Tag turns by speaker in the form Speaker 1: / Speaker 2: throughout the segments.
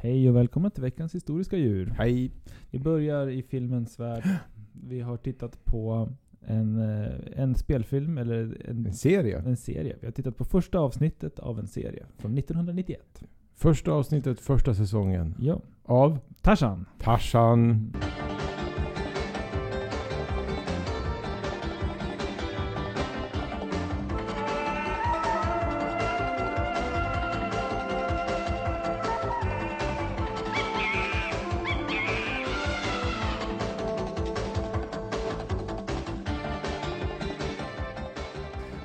Speaker 1: Hej och välkommen till veckans historiska djur.
Speaker 2: Hej.
Speaker 1: Vi börjar i filmens värld. Vi har tittat på en, eh, en spelfilm, eller en,
Speaker 2: En serie.
Speaker 1: en serie. Vi har tittat på första avsnittet av en serie från 1991.
Speaker 2: Första avsnittet, första säsongen
Speaker 1: Ja.
Speaker 2: av
Speaker 1: Tarzan.
Speaker 2: Tarzan.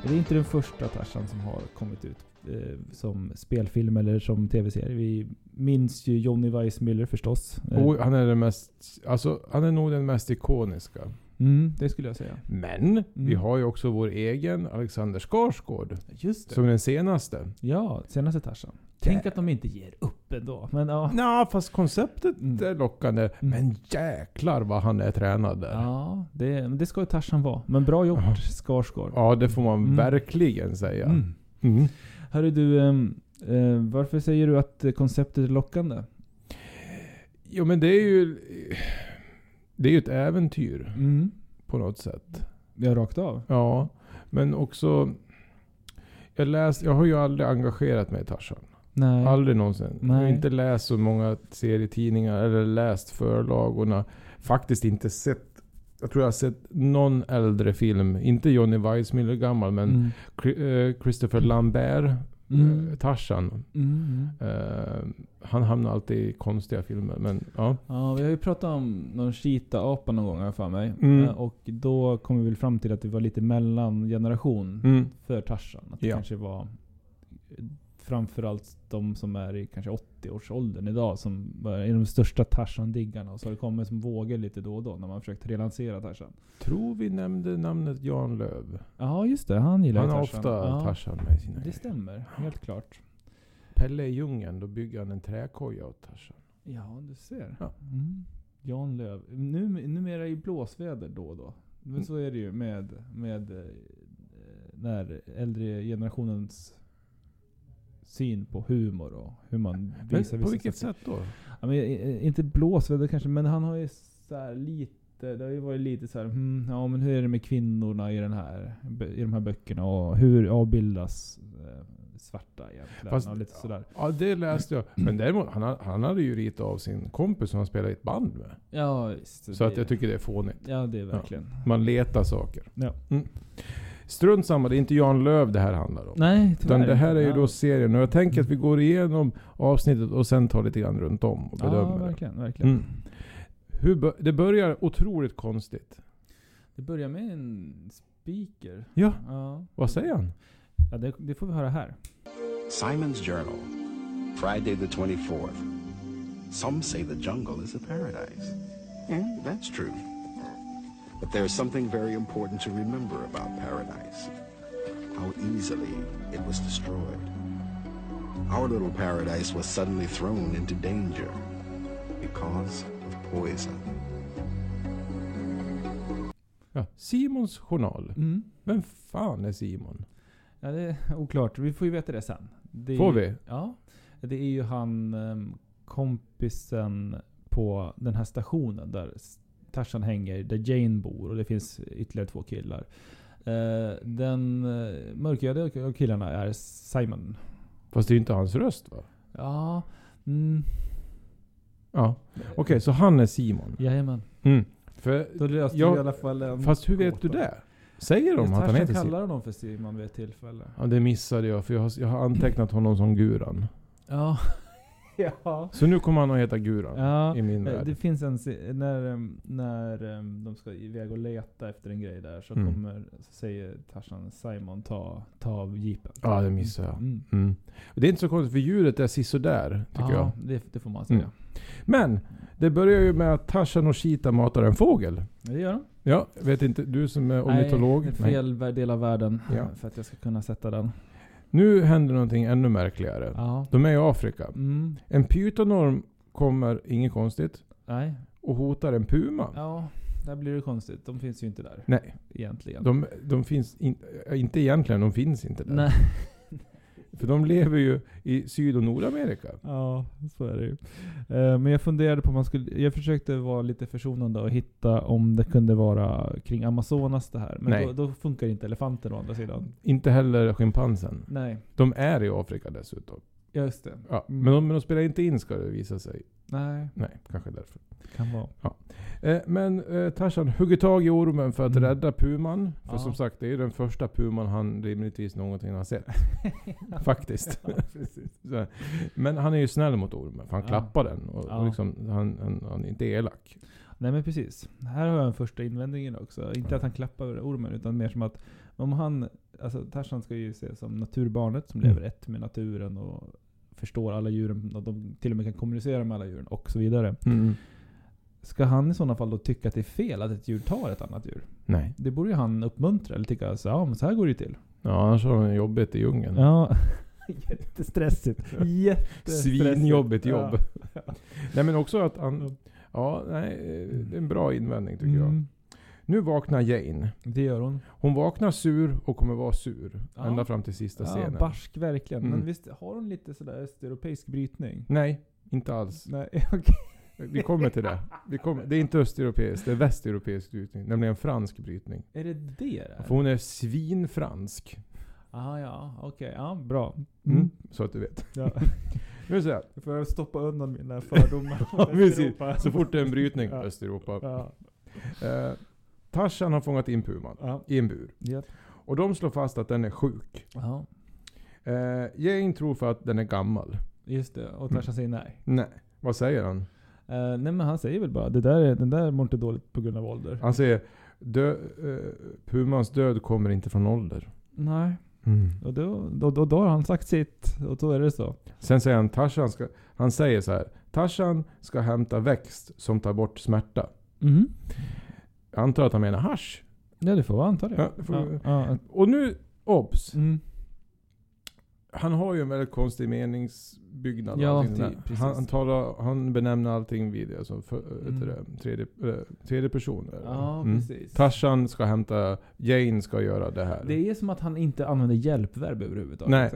Speaker 1: Det är inte den första Tarzan som har kommit ut eh, som spelfilm eller som tv-serie. Vi minns ju Johnny Weissmuller förstås. Eh,
Speaker 2: Och han är den mest, alltså han är nog den mest ikoniska.
Speaker 1: Mm, det skulle jag säga.
Speaker 2: Men vi har ju också vår egen Alexander Skarsgård.
Speaker 1: Just
Speaker 2: Som den senaste.
Speaker 1: Ja, senaste Tarzan. Tänk att de inte ger upp ändå. Men ja.
Speaker 2: Ja, fast konceptet
Speaker 1: Mm.
Speaker 2: är lockande. Men jäklar vad han är tränad där. Ja,
Speaker 1: Ja, det, men det ska ju Tarzan vara. Men bra
Speaker 2: Ja.
Speaker 1: gjort, Skarsgård.
Speaker 2: det får man
Speaker 1: Mm.
Speaker 2: verkligen säga.
Speaker 1: Mm.
Speaker 2: Mm.
Speaker 1: Hörru du, ehm, eh, varför säger du att eh, konceptet är lockande?
Speaker 2: Jo men det är ju... Det är ju ett äventyr
Speaker 1: Mm.
Speaker 2: på något sätt.
Speaker 1: Ja, rakt av.
Speaker 2: Ja, men också... Jag, läst, jag har ju aldrig engagerat mig i Tarzan.
Speaker 1: Nej.
Speaker 2: Aldrig någonsin. Jag har
Speaker 1: Mm. Nej.
Speaker 2: inte läst så många serietidningar eller läst förlagorna. Faktiskt inte sett... Jag tror jag har sett någon äldre film. Inte Johnny Weissmuller gammal, men
Speaker 1: Mm.
Speaker 2: Chri- eh, Christopher Lambert,
Speaker 1: Mm.
Speaker 2: eh, Tarzan.
Speaker 1: Mm. mm.
Speaker 2: Eh, han hamnar alltid i konstiga filmer, men ja.
Speaker 1: Ja, vi har ju pratat om någon cheetah-apa någon gång har jag för mig.
Speaker 2: Mm.
Speaker 1: Eh, Och då kom vi väl fram till att vi var lite mellangeneration
Speaker 2: Mm.
Speaker 1: för Tarzan. Att det
Speaker 2: Ja.
Speaker 1: kanske var eh, framförallt de som är i kanske 80-årsåldern idag som var- är de största Tarzan-diggarna. Och så har det kommit som vågor lite då och då när man försökt relansera Tarzan.
Speaker 2: Tror vi nämnde namnet Jan Löv.
Speaker 1: Ja, just det. Han gillar
Speaker 2: Han
Speaker 1: ju
Speaker 2: har
Speaker 1: Tarzan.
Speaker 2: ofta
Speaker 1: ja,
Speaker 2: Tarzan med i sina
Speaker 1: Det stämmer, helt klart.
Speaker 2: Pelle i djungeln, då bygger han en träkoja åt Tarzan.
Speaker 1: Ja, du ser.
Speaker 2: Ja.
Speaker 1: Mm. Jan Löv. Nu, numera är ju blåsväder då och då. Men
Speaker 2: Mm.
Speaker 1: så är det ju med, med eh, när äldre generationens syn på humor och hur man
Speaker 2: Men
Speaker 1: visar
Speaker 2: på
Speaker 1: vissa
Speaker 2: vilket
Speaker 1: saker.
Speaker 2: sätt då?
Speaker 1: Ja, men, eh, inte blåsväder kanske, men han har ju så här lite, det har ju varit lite så här, hmm, ja men hur är det med kvinnorna i, den här, i de här böckerna och hur avbildas eh, svarta egentligen?
Speaker 2: Fast-
Speaker 1: och lite sådär.
Speaker 2: Ja, det läste jag. Men däremot, han, har- han hade ju ritat av sin kompis som han spelade i ett band med.
Speaker 1: Ja, visst.
Speaker 2: Så
Speaker 1: det-
Speaker 2: att jag tycker det är fånigt.
Speaker 1: Ja, det är verkligen.
Speaker 2: Man letar saker.
Speaker 1: Ja.
Speaker 2: Mm. Strunt samma, det är inte Jan Löv det här handlar om.
Speaker 1: Nej,
Speaker 2: Utan det här är ju
Speaker 1: inte.
Speaker 2: då serien. Och jag tänker att vi går igenom avsnittet och sen tar lite grann runt om och
Speaker 1: Ja, ja
Speaker 2: bedömer det.
Speaker 1: verkligen. verkligen.
Speaker 2: Mm. Hur bör- det börjar otroligt konstigt.
Speaker 1: Det börjar med en speaker.
Speaker 2: Ja,
Speaker 1: Ja,
Speaker 2: vad säger han?
Speaker 1: ja det, det får vi höra här.
Speaker 3: Simon's Journal, Friday the 24th. Some say the jungle is a paradise. And that's true. But there's something very important to remember about paradise how easily it was destroyed. Our little paradise was suddenly thrown into danger because of poison.
Speaker 2: Ja, Simons journal.
Speaker 1: Mm.
Speaker 2: Vem fan är Simon?
Speaker 1: Ja, det är oklart. Vi får ju veta det sen. Det är
Speaker 2: Får
Speaker 1: ju,
Speaker 2: vi?
Speaker 1: Ja. Det är ju han ehm, kompisen på den här stationen där s- Tarzan hänger, där Jane bor och det finns ytterligare två killar. Eh, Den eh, mörkhyade av killarna är Simon.
Speaker 2: Fast det är ju inte hans röst va?
Speaker 1: Ja. Mm.
Speaker 2: Ja. Okej, så han är Simon.
Speaker 1: Jajamän.
Speaker 2: Mm. För,
Speaker 1: Då löste
Speaker 2: Ja,
Speaker 1: vi i alla fall en
Speaker 2: fast hur vet du
Speaker 1: gåta.
Speaker 2: det? Säger de att han
Speaker 1: Tarzan
Speaker 2: heter Simon?
Speaker 1: kallar honom för Simon vid ett tillfälle.
Speaker 2: Ja, det missade jag för jag har, jag har antecknat honom som Guran.
Speaker 1: Ja. ja.
Speaker 2: Så nu kommer han att heta Guran
Speaker 1: ja.
Speaker 2: i min
Speaker 1: Eh,
Speaker 2: värld.
Speaker 1: Det finns en se- när, em, när em, de ska iväg och leta efter en grej där så
Speaker 2: Mm.
Speaker 1: kommer, så säger Tarzan Simon ta, ta av jeepen.
Speaker 2: Ja, det missade jag.
Speaker 1: Mm.
Speaker 2: Mm. Och Det är inte så konstigt för djuret är sisådär, tycker
Speaker 1: ja,
Speaker 2: jag.
Speaker 1: Det, det får man säga.
Speaker 2: Mm. Men, det börjar ju med att Tarzan och Cheetah matar en fågel.
Speaker 1: Ja, Det gör de.
Speaker 2: Ja, jag vet inte, du som är ornitolog.
Speaker 1: Nej, det är
Speaker 2: Nej.
Speaker 1: fel vär- del av världen eh,
Speaker 2: Ja.
Speaker 1: för att jag ska kunna sätta den.
Speaker 2: Nu händer någonting ännu märkligare.
Speaker 1: Ja.
Speaker 2: De är i Afrika.
Speaker 1: Mm.
Speaker 2: En pytonorm kommer, inget konstigt,
Speaker 1: Nej.
Speaker 2: och hotar en puma.
Speaker 1: Ja, där blir det konstigt. De finns ju inte där
Speaker 2: Nej,
Speaker 1: egentligen.
Speaker 2: eh, de, de finns in, äh, inte egentligen, de finns inte där.
Speaker 1: Nej.
Speaker 2: För de lever ju i Syd och Nordamerika.
Speaker 1: Ja, så är det ju. Eh, Men jag funderade på om man skulle... Jag försökte vara lite försonande och hitta om det kunde vara kring Amazonas det här. Men
Speaker 2: Nej.
Speaker 1: då, då funkar inte elefanten å andra sidan.
Speaker 2: Inte heller schimpansen.
Speaker 1: Nej,
Speaker 2: De är i Afrika dessutom.
Speaker 1: ja, just det. Mm,
Speaker 2: Ja, men, de, men de spelar inte in ska det visa sig.
Speaker 1: Nej,
Speaker 2: Nej, kanske därför.
Speaker 1: kan vara.
Speaker 2: Eh, men eh, Tarzan hugger tag i ormen för att
Speaker 1: Mm.
Speaker 2: rädda puman. För
Speaker 1: Ja.
Speaker 2: som sagt, det är ju den första puman han rimligtvis någonsin har sett. Faktiskt. Så här. men han är ju snäll mot ormen, för han
Speaker 1: Ja.
Speaker 2: klappar den. Och,
Speaker 1: Ja.
Speaker 2: och liksom, han, han, han är inte elak.
Speaker 1: Nej men precis. Här har jag en första invändningen också. Inte
Speaker 2: Ja.
Speaker 1: att han klappar ormen, utan mer som att om han... Alltså Tarzan ska ju ses som naturbarnet som
Speaker 2: Mm.
Speaker 1: lever ett med naturen och förstår alla djuren. Och de till och med kan kommunicera med alla djuren och så vidare. Ska han i sådana fall då tycka att det är fel att ett djur tar ett annat djur?
Speaker 2: Nej.
Speaker 1: Det borde ju han uppmuntra, eller tycka att ja, men så här går det ju till.
Speaker 2: Ja, annars har han jobbet i djungeln.
Speaker 1: Ja. Mm. Jättestressigt. Jättestressigt.
Speaker 2: Svinjobbigt
Speaker 1: Ja.
Speaker 2: jobb. Nej men också att han... Ja, nej, eh, det är en bra invändning tycker jag.
Speaker 1: Mm,
Speaker 2: Nu vaknar Jane.
Speaker 1: det gör hon.
Speaker 2: Hon vaknar sur och kommer vara sur.
Speaker 1: Ja.
Speaker 2: Ända fram till sista
Speaker 1: Ja,
Speaker 2: scenen.
Speaker 1: barsk verkligen. Men
Speaker 2: Mm.
Speaker 1: visst har hon lite sådär östeuropeisk brytning?
Speaker 2: Nej, inte alls.
Speaker 1: Nej, okej.
Speaker 2: Vi kommer till det. Vi kommer, det är inte östeuropeiskt, det är västeuropeisk brytning. Nämligen fransk brytning.
Speaker 1: Är det det där?
Speaker 2: För hon är svinfransk.
Speaker 1: Ah, ja, okej. Ja, bra.
Speaker 2: Mm. Så att du vet.
Speaker 1: Ja.
Speaker 2: Nu är det så, här.
Speaker 1: Då får jag stoppa undan mina fördomar
Speaker 2: Ja,
Speaker 1: om
Speaker 2: precis.
Speaker 1: Östeuropa.
Speaker 2: så fort det är en brytning,
Speaker 1: Ja.
Speaker 2: Östeuropa.
Speaker 1: Ja,
Speaker 2: Eh, Tarzan har fångat in puman
Speaker 1: ja.
Speaker 2: i en bur.
Speaker 1: Japp.
Speaker 2: Och de slår fast att den är sjuk.
Speaker 1: ja,
Speaker 2: Eh, Jane tror för att den är gammal.
Speaker 1: just det. Och Tarzan säger nej.
Speaker 2: Nej. Vad säger han?
Speaker 1: Eh, nej men han säger väl bara det där, är- den där mår inte dåligt på grund av ålder.
Speaker 2: Han säger dö, eh, Pumans död kommer inte från ålder.
Speaker 1: Nej. Och då, då, då, då har han sagt sitt och då är det så.
Speaker 2: Sen säger han Tarzan ska, han säger så här. Tarzan ska hämta växt som tar bort smärta.
Speaker 1: Mm.
Speaker 2: Jag antar att han menar hasch.
Speaker 1: Ja det får vi anta det.
Speaker 2: Ja, det får vi-
Speaker 1: ja.
Speaker 2: Och nu, obs!
Speaker 1: Mm.
Speaker 2: Han har ju en väldigt konstig meningsbyggnad.
Speaker 1: Ja,
Speaker 2: Allting sådär.
Speaker 1: det- precis.
Speaker 2: han, han, talar, han benämner allting vid alltså, för, vet du
Speaker 1: Mm.
Speaker 2: det, tredje, eh, tredje person. eller?
Speaker 1: ja
Speaker 2: Mm.
Speaker 1: precis.
Speaker 2: Tarzan ska hämta, Jane ska göra det här.
Speaker 1: Det är som att han inte använder hjälpverb överhuvudtaget.
Speaker 2: Nej.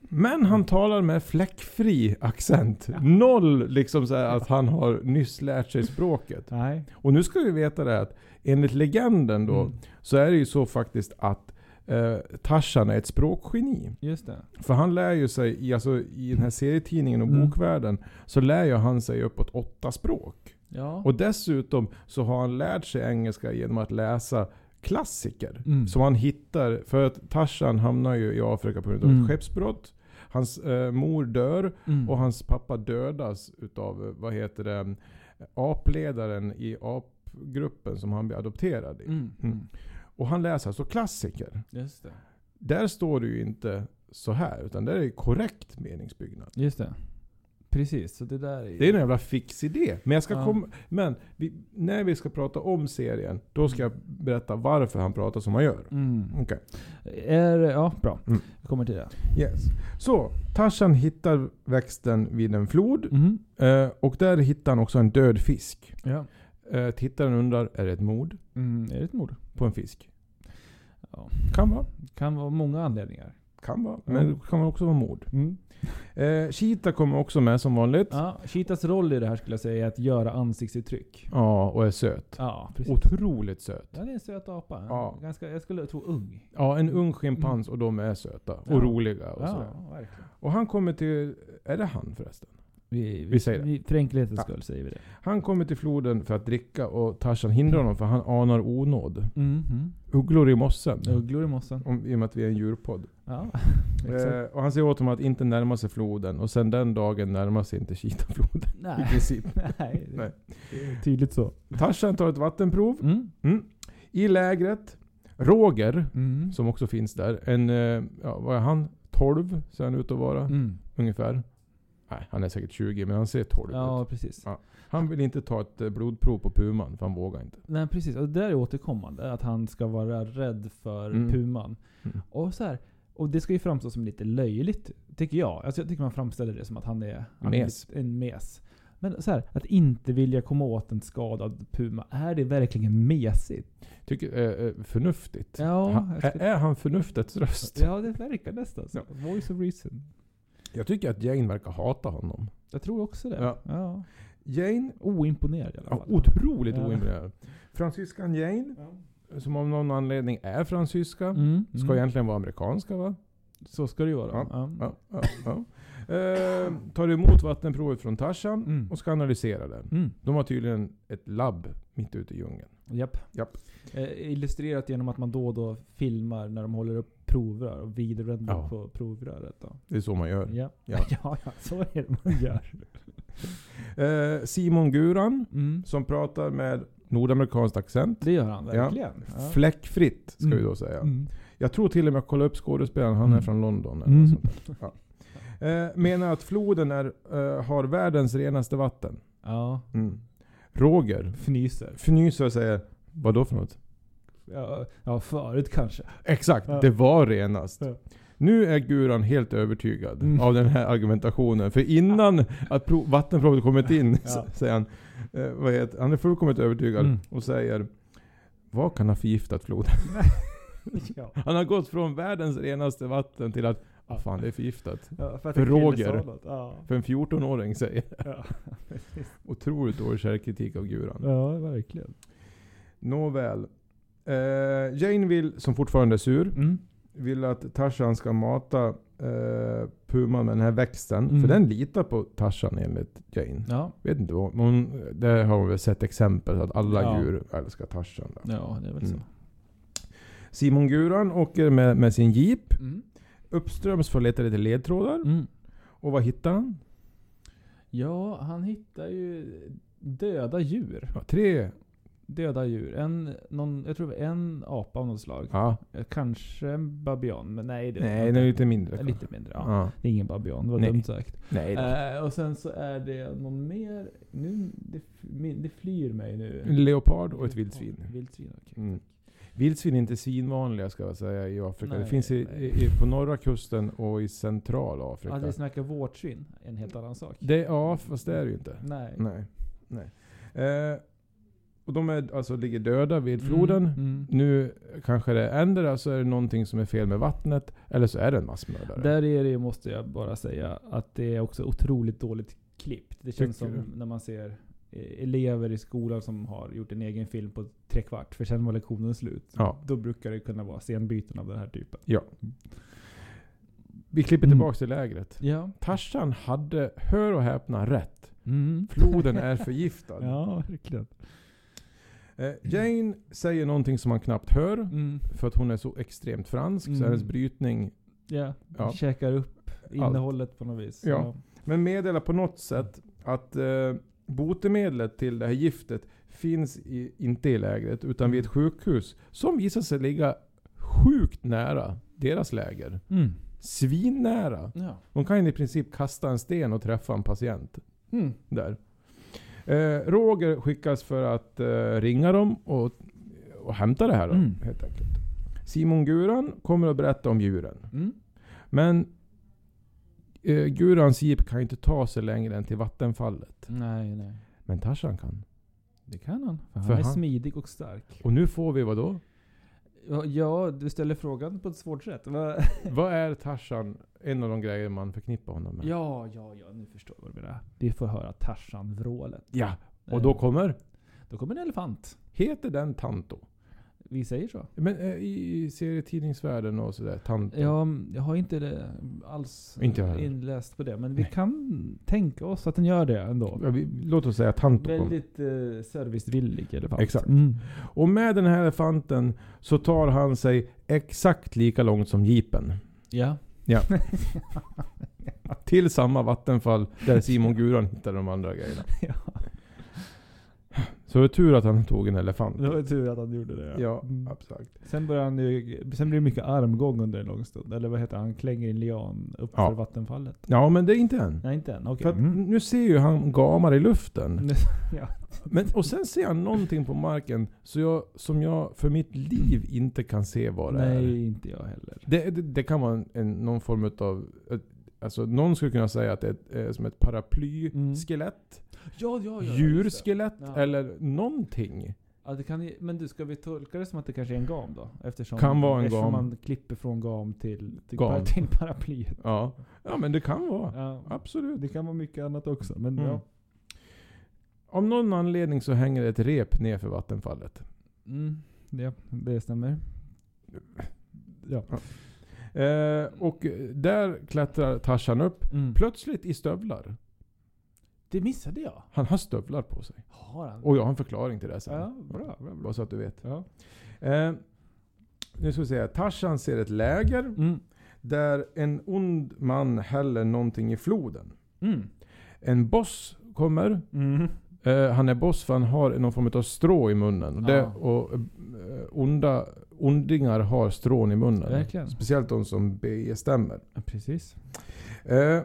Speaker 2: Men han talar med fläckfri accent. Noll liksom så här att han har nyss lärt sig språket.
Speaker 1: Nej.
Speaker 2: Och nu ska vi veta det här att enligt legenden då
Speaker 1: Mm.
Speaker 2: så är det ju så faktiskt att eh, Tarzan är ett språkgeni.
Speaker 1: Just det.
Speaker 2: För han lär ju sig, i, alltså i den här serietidningen och
Speaker 1: Mm.
Speaker 2: bokvärlden, så lär ju han sig uppåt åtta språk.
Speaker 1: Ja.
Speaker 2: Och dessutom så har han lärt sig engelska genom att läsa klassiker.
Speaker 1: Mm.
Speaker 2: Som han hittar, för att Tarzan hamnar ju i Afrika på grund av ett
Speaker 1: Mm.
Speaker 2: skeppsbrott. Hans eh, mor dör
Speaker 1: Mm.
Speaker 2: och hans pappa dödas utav, eh, vad heter det, apledaren i apgruppen som han blir adopterad i.
Speaker 1: Mm.
Speaker 2: Mm. Och han läser alltså klassiker.
Speaker 1: Just det.
Speaker 2: Där står det ju inte så här, utan där är det korrekt meningsbyggnad.
Speaker 1: Just det. Precis, så det där är ju...
Speaker 2: Det är en jävla fix idé. Men, jag ska
Speaker 1: Ja.
Speaker 2: komma, men vi, när vi ska prata om serien, då ska jag berätta varför han pratar som han gör.
Speaker 1: Mm.
Speaker 2: Okej.
Speaker 1: Är, ja, bra.
Speaker 2: Mm.
Speaker 1: Vi kommer till det.
Speaker 2: Yes. Så, Tarzan hittar växten vid en flod.
Speaker 1: Mm.
Speaker 2: Eh, och där hittar han också en död fisk.
Speaker 1: Ja.
Speaker 2: Eh, tittaren undrar, är det ett mord
Speaker 1: Mm. Är det ett mord?
Speaker 2: på en fisk?
Speaker 1: Ja.
Speaker 2: Kan vara.
Speaker 1: Kan vara många anledningar.
Speaker 2: Kan vara. Men det kan också vara mord.
Speaker 1: Mm.
Speaker 2: Eh, Cheetah kommer också med som vanligt. Ja,
Speaker 1: Ja, Cheetahs roll i det här skulle jag säga är att göra ansiktsuttryck.
Speaker 2: och är söt.
Speaker 1: Ja, precis.
Speaker 2: Otroligt söt.
Speaker 1: Ja, det är en söt apa.
Speaker 2: Ja.
Speaker 1: Ganska, jag skulle tro ung.
Speaker 2: Ja, en ung schimpans och de är söta. Och
Speaker 1: Mm. Ja.
Speaker 2: roliga och sådär.
Speaker 1: Ja, verkligen.
Speaker 2: Och han kommer till... Är det han förresten?
Speaker 1: Vi,
Speaker 2: Vi säger det.
Speaker 1: vi- För enkelhetens
Speaker 2: Ja.
Speaker 1: skull säger vi det.
Speaker 2: Han kommer till floden för att dricka och Tarzan hindrar honom för han anar onåd.
Speaker 1: Mhm.
Speaker 2: Ugglor i mossen.
Speaker 1: Ugglor i mossen.
Speaker 2: Om, I och med att vi är en djurpodd.
Speaker 1: Ja, exakt.
Speaker 2: Eh, och han säger åt honom att inte närma sig floden. Och sen den dagen närmar sig inte Kita floden i
Speaker 1: Nej.
Speaker 2: princip.
Speaker 1: Nej.
Speaker 2: Nej.
Speaker 1: det är Tydligt så.
Speaker 2: Tarzan tar ett vattenprov.
Speaker 1: Mm.
Speaker 2: I lägret. Roger,
Speaker 1: Mm.
Speaker 2: som också finns där. En, eh, ja, vad är han? 12 ser han ut att vara.
Speaker 1: Mm.
Speaker 2: Ungefär. Nej, han är säkert 20 men han ser 12
Speaker 1: Ja,
Speaker 2: ut.
Speaker 1: precis.
Speaker 2: Han vill inte ta ett eh, blodprov på puman för han vågar inte.
Speaker 1: Nej, precis. Och det där är återkommande. Att han ska vara rädd för
Speaker 2: Mm.
Speaker 1: puman.
Speaker 2: Mm.
Speaker 1: Och så här, och det ska ju framstå som lite löjligt, tycker jag. Alltså jag tycker man framställer det som att han är, han är
Speaker 2: Mes.
Speaker 1: lite- en mes. Men så här, att inte vilja komma åt en skadad puma, är det verkligen mesigt?
Speaker 2: Tycker, eh, eh, förnuftigt.
Speaker 1: Ja,
Speaker 2: han,
Speaker 1: jag skulle-
Speaker 2: Är han förnuftets röst?
Speaker 1: Ja, det verkar nästan så. Voice of reason.
Speaker 2: Jag tycker att Jane verkar hata honom.
Speaker 1: Jag tror också det.
Speaker 2: Ja.
Speaker 1: Ja.
Speaker 2: Jane,
Speaker 1: Oimponerad i alla
Speaker 2: ja,
Speaker 1: fall.
Speaker 2: otroligt
Speaker 1: Ja.
Speaker 2: oimponerad. Fransyskan Jane, som av någon anledning är fransyska.
Speaker 1: Mm,
Speaker 2: Ska
Speaker 1: mm.
Speaker 2: egentligen vara amerikanska va?
Speaker 1: Så ska det ju vara.
Speaker 2: Ja,
Speaker 1: Ja.
Speaker 2: Ja, ja, ja. Eh, tar emot vattenprovet från Tarzan
Speaker 1: Mm.
Speaker 2: och ska analysera det.
Speaker 1: Mm.
Speaker 2: De har tydligen ett labb mitt ute i djungeln.
Speaker 1: Japp.
Speaker 2: Japp.
Speaker 1: Eh, illustrerat genom att man då och då filmar när de håller upp provrör och videovänder
Speaker 2: Ja.
Speaker 1: på provröret. Då.
Speaker 2: Det är så man gör.
Speaker 1: Ja.
Speaker 2: Ja.
Speaker 1: Ja. ja, så är det man gör.
Speaker 2: Eh, Simon Guran,
Speaker 1: Mm.
Speaker 2: som pratar med nordamerikansk accent.
Speaker 1: Det gör han
Speaker 2: Ja.
Speaker 1: verkligen. Ja.
Speaker 2: Fläckfritt, ska
Speaker 1: Mm.
Speaker 2: vi då säga.
Speaker 1: Mm.
Speaker 2: Jag tror till och med jag kollade upp skådespelaren, han är
Speaker 1: Mm.
Speaker 2: från London. Eller
Speaker 1: Mm.
Speaker 2: något sånt där. ja. eh, menar att floden är, eh, har världens renaste vatten.
Speaker 1: Ja.
Speaker 2: Roger
Speaker 1: Fnyser.
Speaker 2: fnyser och säger vad då för något?
Speaker 1: Ja, ja, förut kanske.
Speaker 2: Exakt,
Speaker 1: Ja.
Speaker 2: det var renast.
Speaker 1: Ja.
Speaker 2: Nu är Guran helt övertygad
Speaker 1: Mm.
Speaker 2: av den här argumentationen. För innan att pro- vattenprovet kommit in
Speaker 1: Ja.
Speaker 2: så säger han, eh, vad heter, han är fullkomligt övertygad
Speaker 1: Mm.
Speaker 2: och säger vad kan ha förgiftat floden?
Speaker 1: ja.
Speaker 2: Han har gått från världens renaste vatten till att ah, fan det är förgiftat.
Speaker 1: Ja, för att
Speaker 2: För
Speaker 1: en kille
Speaker 2: Roger.
Speaker 1: sa något. Ja.
Speaker 2: För en 14-åring säger
Speaker 1: Ja.
Speaker 2: Otroligt dålig källkritik av Guran.
Speaker 1: ja, verkligen.
Speaker 2: Nåväl. Eh, Jane vill, som fortfarande är sur,
Speaker 1: Mm.
Speaker 2: vill att Tarzan ska mata eh, Puma med den här växten.
Speaker 1: Mm.
Speaker 2: För den litar på Tarzan enligt Jane.
Speaker 1: Ja.
Speaker 2: Vet inte vad, hon, där har hon väl sett exempel på att alla
Speaker 1: Ja.
Speaker 2: djur älskar Tarzan. då.
Speaker 1: ja, det är väl
Speaker 2: Mm. Simon Guran åker med, med sin jeep
Speaker 1: så. Mm.
Speaker 2: uppströms för att leta lite ledtrådar.
Speaker 1: Mm.
Speaker 2: Och vad hittar han?
Speaker 1: Ja, han hittar ju döda djur.
Speaker 2: Ja, tre.
Speaker 1: Döda djur. En, någon, jag tror det var en apa av något slag.
Speaker 2: Ja.
Speaker 1: Eh, Kanske en babian, men nej. Det var
Speaker 2: Nej,
Speaker 1: inte.
Speaker 2: den är lite mindre. kanske.
Speaker 1: Lite mindre, ja.
Speaker 2: Ja.
Speaker 1: Det är ingen babian, det var
Speaker 2: Nej.
Speaker 1: dumt sagt.
Speaker 2: Nej. då.
Speaker 1: Eh, och sen så är det någon mer... Nu, det, f- min- det flyr mig nu.
Speaker 2: Leopard och ett vildsvin.
Speaker 1: Vildsvin, okej.
Speaker 2: Mm. Vildsvin är inte svinvanliga ska jag säga i Afrika. det
Speaker 1: Nej,
Speaker 2: finns i,
Speaker 1: nej.
Speaker 2: i, på norra kusten och i central Afrika.
Speaker 1: Att vi snackar vårtsvin, är en helt annan sak.
Speaker 2: det, ja, fast det är det ju inte.
Speaker 1: Nej.
Speaker 2: Nej. Nej. Eh, och de är, alltså, ligger döda vid floden.
Speaker 1: Mm, mm.
Speaker 2: Nu kanske det ändrar, så alltså är det någonting som är fel med vattnet. Eller så är det en massmördare.
Speaker 1: Där är det, måste jag bara säga, att det är också otroligt dåligt klippt. Det känns
Speaker 2: Tycker
Speaker 1: som när man ser eh, elever i skolan som har gjort en egen film på tre kvart, för sen var lektionen slut.
Speaker 2: Ja.
Speaker 1: Då brukar det kunna vara scenbyten av den här typen.
Speaker 2: Vi klipper
Speaker 1: Mm.
Speaker 2: tillbaka till lägret.
Speaker 1: Ja.
Speaker 2: Tarzan hade, hör och häpna, rätt.
Speaker 1: Mm.
Speaker 2: Floden är förgiftad.
Speaker 1: Ja, verkligen.
Speaker 2: Eh, Jane säger någonting som man knappt hör.
Speaker 1: Mm.
Speaker 2: För att hon är så extremt fransk, så
Speaker 1: Mm.
Speaker 2: hennes brytning
Speaker 1: Ja.
Speaker 2: Ja.
Speaker 1: Käkar upp innehållet på något vis.
Speaker 2: Ja. Men meddelar på något sätt att eh, botemedlet till det här giftet finns i, inte i lägret utan vid ett
Speaker 1: Mm.
Speaker 2: sjukhus som visar sig ligga sjukt nära deras läger.
Speaker 1: Ja. Mm.
Speaker 2: Svinnära.
Speaker 1: ja.
Speaker 2: De kan i princip kasta en sten och träffa en patient
Speaker 1: Mm.
Speaker 2: där. Eh, Roger skickas för att eh, ringa dem och, och hämta det här då,
Speaker 1: Mm.
Speaker 2: helt enkelt. Simon Guran kommer att berätta om djuren.
Speaker 1: Mm.
Speaker 2: Men eh, Gurans jeep kan ju inte ta sig längre än till vattenfallet.
Speaker 1: Nej, nej.
Speaker 2: Men Tarzan kan.
Speaker 1: Det kan han. För han
Speaker 2: För
Speaker 1: är
Speaker 2: han-
Speaker 1: smidig och stark.
Speaker 2: Och nu får vi vad då?
Speaker 1: Ja, Ja, du ställer frågan på ett svårt sätt. Vad-
Speaker 2: Vad är Tarzan? En av de grejer man förknippar honom med.
Speaker 1: Ja, ja, ja, nu förstår jag vad du menar. Vi får höra Tarzan-vrålet.
Speaker 2: Ja, Och då
Speaker 1: Eh,
Speaker 2: kommer...
Speaker 1: då kommer en elefant.
Speaker 2: Heter den Tanto?
Speaker 1: Vi säger så.
Speaker 2: Men eh, i, i serietidningsvärlden och sådär, Tanto.
Speaker 1: Ja, jag har inte det alls
Speaker 2: Inte jag heller.
Speaker 1: inläst på det, men vi kan tänka oss att den gör det ändå.
Speaker 2: Ja, vi, låt oss säga Tanto kommer.
Speaker 1: Väldigt eh, servicevillig elefant.
Speaker 2: Exakt.
Speaker 1: Mm.
Speaker 2: Och med den här elefanten så tar han sig exakt lika långt som jeepen.
Speaker 1: Ja.
Speaker 2: Till samma vattenfall där Simon Guran hittade de andra grejerna.
Speaker 1: ja.
Speaker 2: Så det är tur att han tog en elefant.
Speaker 1: Det var tur att han gjorde det.
Speaker 2: Ja,
Speaker 1: Mm.
Speaker 2: absolut.
Speaker 1: Sen, börjar han ju, sen blir det mycket armgång under en lång stund. Eller vad heter han? Klänger en lian upp
Speaker 2: Ja.
Speaker 1: för vattenfallet.
Speaker 2: Ja, men det är inte än.
Speaker 1: Nej, inte än. Okej.
Speaker 2: För att Mm.
Speaker 1: Mm.
Speaker 2: nu ser ju han gamar i luften.
Speaker 1: ja.
Speaker 2: Men, och sen ser han någonting på marken så jag, som jag för mitt liv inte kan se vad det är.
Speaker 1: Nej, inte jag heller.
Speaker 2: Det, det, det kan vara en, en, någon form av... Alltså någon skulle kunna säga att det är ett, eh, som
Speaker 1: Mm.
Speaker 2: ett paraplyskelett.
Speaker 1: Ja, ja, ja. just det.
Speaker 2: Djurskelett
Speaker 1: Ja.
Speaker 2: eller någonting.
Speaker 1: Ja, det kan, ju- men du, ska vi tolka det som att det kanske är en gam då? Eftersom,
Speaker 2: Kan vara en
Speaker 1: eftersom
Speaker 2: gam.
Speaker 1: man klipper från gam till, till,
Speaker 2: Gam.
Speaker 1: till paraplyet.
Speaker 2: Ja. ja, men det kan vara.
Speaker 1: Ja.
Speaker 2: Absolut.
Speaker 1: Det kan vara mycket annat också. Men
Speaker 2: Mm.
Speaker 1: ja.
Speaker 2: Om någon anledning så hänger ett rep ner för vattenfallet.
Speaker 1: Mm, ja, det stämmer. Ja.
Speaker 2: Eh, och där klättrar Tarzan upp,
Speaker 1: Mm.
Speaker 2: plötsligt i stövlar.
Speaker 1: Det missade jag.
Speaker 2: Han har stövlar på sig.
Speaker 1: Har han?
Speaker 2: Och jag har en förklaring till det sen.
Speaker 1: ja, bra, bra, bra.
Speaker 2: Bara så att du vet.
Speaker 1: Ja.
Speaker 2: Eh, nu ska vi se. Tarzan ser ett läger
Speaker 1: Mm.
Speaker 2: där en ond man häller någonting i floden.
Speaker 1: Mm.
Speaker 2: En boss kommer.
Speaker 1: Mm.
Speaker 2: Eh, han är boss för han har någon form av strå i munnen. Och Det,
Speaker 1: Ja.
Speaker 2: och, eh, onda, ondingar har strån i munnen.
Speaker 1: Verkligen.
Speaker 2: Speciellt de som bestämmer.
Speaker 1: Ja, precis.
Speaker 2: Eh,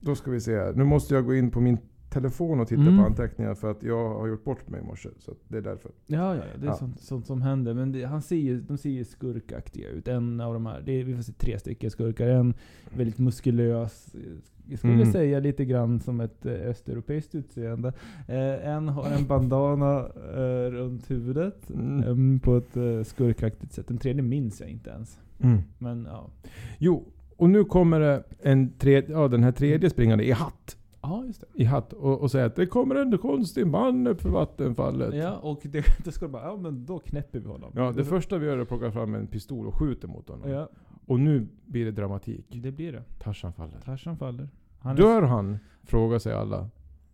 Speaker 2: då ska vi se här. Nu måste jag gå in på min telefon och titta
Speaker 1: Mm.
Speaker 2: på anteckningar för att jag har gjort bort mig i morse. Så att det är därför.
Speaker 1: Ja, ja, ja, det är
Speaker 2: Ja.
Speaker 1: Sånt, sånt som händer. Men det, han ser ju, de ser ju skurkaktiga ut. En av de här, det är, vi får se tre stycken skurkar. En väldigt muskulös, eh, jag skulle
Speaker 2: Mm.
Speaker 1: säga lite grann som ett eh, östeuropeiskt utseende. Eh, en har en bandana eh, runt huvudet.
Speaker 2: Mm.
Speaker 1: em, på ett eh, skurkaktigt sätt. Den tredje minns jag inte ens.
Speaker 2: Mm.
Speaker 1: Men ja.
Speaker 2: Jo, och nu kommer det en tredje, ja, den här
Speaker 1: Mm.
Speaker 2: tredje springande i hatt.
Speaker 1: Ja, just
Speaker 2: I hatt och, och säger att det kommer en konstig man upp för vattenfallet.
Speaker 1: det. Ja, och det, då ska de bara, ja men då knäpper vi honom.
Speaker 2: Ja, det första vi gör är att plocka fram en pistol och skjuter mot honom.
Speaker 1: Ja,
Speaker 2: Och nu blir det dramatik.
Speaker 1: det blir det.
Speaker 2: Tarzan faller.
Speaker 1: Tarzan faller. Han är-
Speaker 2: Dör han? Frågar sig alla.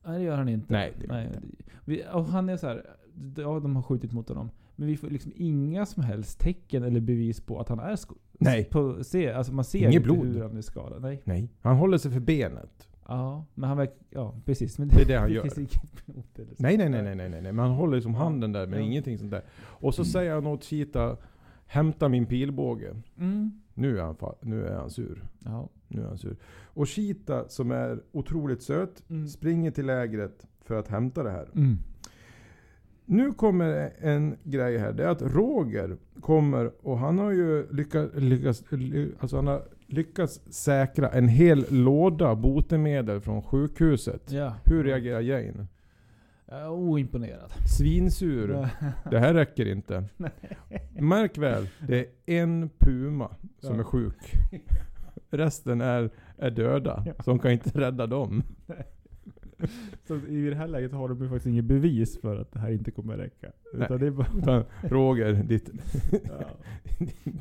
Speaker 1: Nej det gör han inte.
Speaker 2: Nej, det gör han
Speaker 1: Nej, vi, och han är så här, ja de har skjutit mot honom. Men vi får liksom inga som helst tecken eller bevis på att han är skadad.
Speaker 2: Nej.
Speaker 1: På, se, alltså man ser
Speaker 2: Inget
Speaker 1: inte
Speaker 2: blod.
Speaker 1: hur han är skadad. Nej.
Speaker 2: Nej. Han håller sig för benet.
Speaker 1: Ja, men han verkar, ja precis. Men
Speaker 2: Det är det han gör.
Speaker 1: finns inget blod eller så.
Speaker 2: Nej, nej, nej, nej, nej, nej, nej. Men han håller liksom handen där, men
Speaker 1: Ja.
Speaker 2: ingenting sånt där. Och så säger han åt Cheetah, hämta min pilbåge.
Speaker 1: Mm.
Speaker 2: Nu är han, fa- nu är han sur.
Speaker 1: Ja.
Speaker 2: Nu är han sur. Och Cheetah, som är otroligt söt,
Speaker 1: Mm.
Speaker 2: springer till lägret för att hämta det här.
Speaker 1: Mm.
Speaker 2: Nu kommer en grej här. Det är att Roger kommer och han har ju lyckats, lyckats, ly- alltså han har lyckats säkra en hel låda botemedel från sjukhuset.
Speaker 1: Ja.
Speaker 2: Hur reagerar Jane?
Speaker 1: Jag är oimponerad.
Speaker 2: Svinsur. Det här räcker inte. Märk väl, det är en puma som
Speaker 1: Ja.
Speaker 2: är sjuk. Resten är, är döda,
Speaker 1: Ja.
Speaker 2: som kan inte rädda dem.
Speaker 1: Så i det här läget har de ju faktiskt inget bevis för att det här inte kommer räcka.
Speaker 2: Nej.
Speaker 1: Utan det är bara,
Speaker 2: Utan Roger, ditt,
Speaker 1: ja,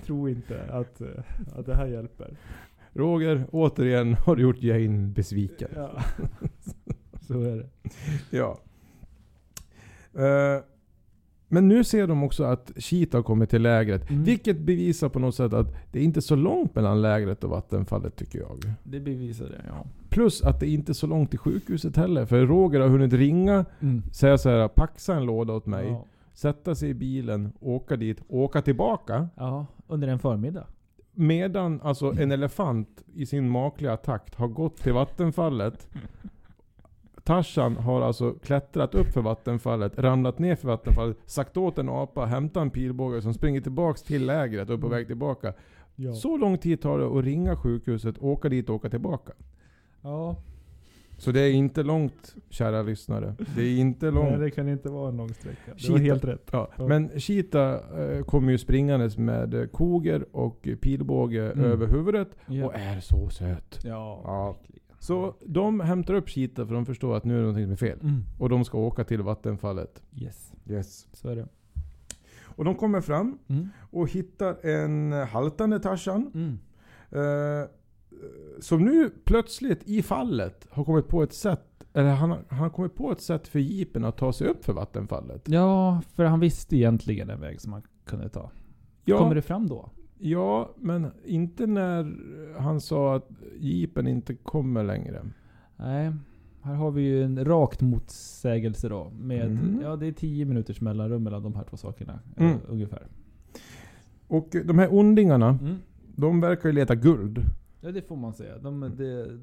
Speaker 1: tro inte att, eh, att det här hjälper.
Speaker 2: Roger, återigen har du gjort Jane besviken.
Speaker 1: Ja. Så är det.
Speaker 2: Ja. Eh, men nu ser de också att Cheetah har kommit till lägret.
Speaker 1: Mm.
Speaker 2: Vilket bevisar på något sätt att det är inte är så långt mellan lägret och vattenfallet tycker jag.
Speaker 1: Det bevisar det, ja.
Speaker 2: Plus att det är inte är så långt till sjukhuset heller. För Roger har hunnit ringa,
Speaker 1: Mm.
Speaker 2: säga så här, paxa en låda åt mig.
Speaker 1: Ja.
Speaker 2: Sätta sig i bilen, åka dit, åka tillbaka.
Speaker 1: ja, under en förmiddag.
Speaker 2: Medan alltså en elefant i sin makliga takt har gått till vattenfallet. Tarzan har alltså klättrat upp för vattenfallet, ramlat ner för vattenfallet, sagt åt en apa, hämta en pilbåge som springer tillbaks till lägret och är på väg tillbaka.
Speaker 1: Mm. Ja.
Speaker 2: Så lång tid tar det att ringa sjukhuset, åka dit och åka tillbaka.
Speaker 1: ja.
Speaker 2: Så det är inte långt, kära lyssnare. Det är inte långt.
Speaker 1: Nej, det kan inte vara en lång sträcka. Det
Speaker 2: Shit.
Speaker 1: var helt rätt.
Speaker 2: Ja,
Speaker 1: Ja.
Speaker 2: men Cheetah eh, kommer ju springandes med eh, koger och pilbåge
Speaker 1: Mm.
Speaker 2: över huvudet och
Speaker 1: Ja.
Speaker 2: är så söt.
Speaker 1: Ja.
Speaker 2: Ja. Så de hämtar upp Cheetah för de förstår att nu är det någonting som är fel.
Speaker 1: Mm.
Speaker 2: Och de ska åka till vattenfallet.
Speaker 1: Yes,
Speaker 2: Yes.
Speaker 1: så är det.
Speaker 2: Och de kommer fram
Speaker 1: Mm.
Speaker 2: och hittar en haltande Tarzan.
Speaker 1: Mm.
Speaker 2: Eh, som nu plötsligt i fallet har kommit på ett sätt, eller han, har- han har kommit på ett sätt för jeepen att ta sig upp för vattenfallet.
Speaker 1: Ja, för han visste egentligen en väg som han kunde ta.
Speaker 2: Ja,
Speaker 1: Kommer det fram då?
Speaker 2: Ja, men inte när han sa att jeepen inte kommer längre.
Speaker 1: Nej, här har vi ju en rakt motsägelse då. Med,
Speaker 2: Mm.
Speaker 1: Ja, det är 10 minuters mellanrum mellan de här två sakerna.
Speaker 2: Mm.
Speaker 1: eh, ungefär.
Speaker 2: Och de här ondingarna, de verkar ju leta guld.
Speaker 1: Mm. Ja, det får man säga.
Speaker 2: Mm.
Speaker 1: De, det,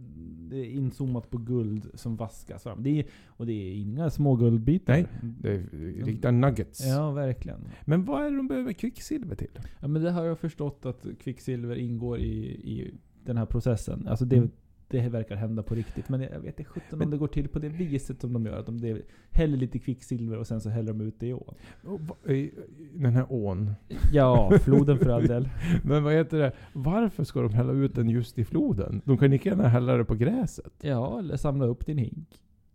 Speaker 1: det är inzoomat på guld som vaskas fram. Det är, och det är inga små guldbitar. Mm.
Speaker 2: Nej, Det är riktiga nuggets.
Speaker 1: Ja, verkligen.
Speaker 2: Men vad är det de behöver kvicksilver till?
Speaker 1: Ja, men det har jag förstått att kvicksilver ingår i, i den här processen. Alltså det, det verkar hända på riktigt. Men jag vet inte sjutton om det går till på det viset som de gör. Att de det- häller lite kvicksilver och sen så häller de ut det i ån.
Speaker 2: Och va- i- i Den här ån.
Speaker 1: Ja, floden för all del.
Speaker 2: Men vad heter det? Varför ska de hälla ut den just i floden? De kan lika gärna hälla det på gräset.
Speaker 1: Ja, eller samla upp din hink.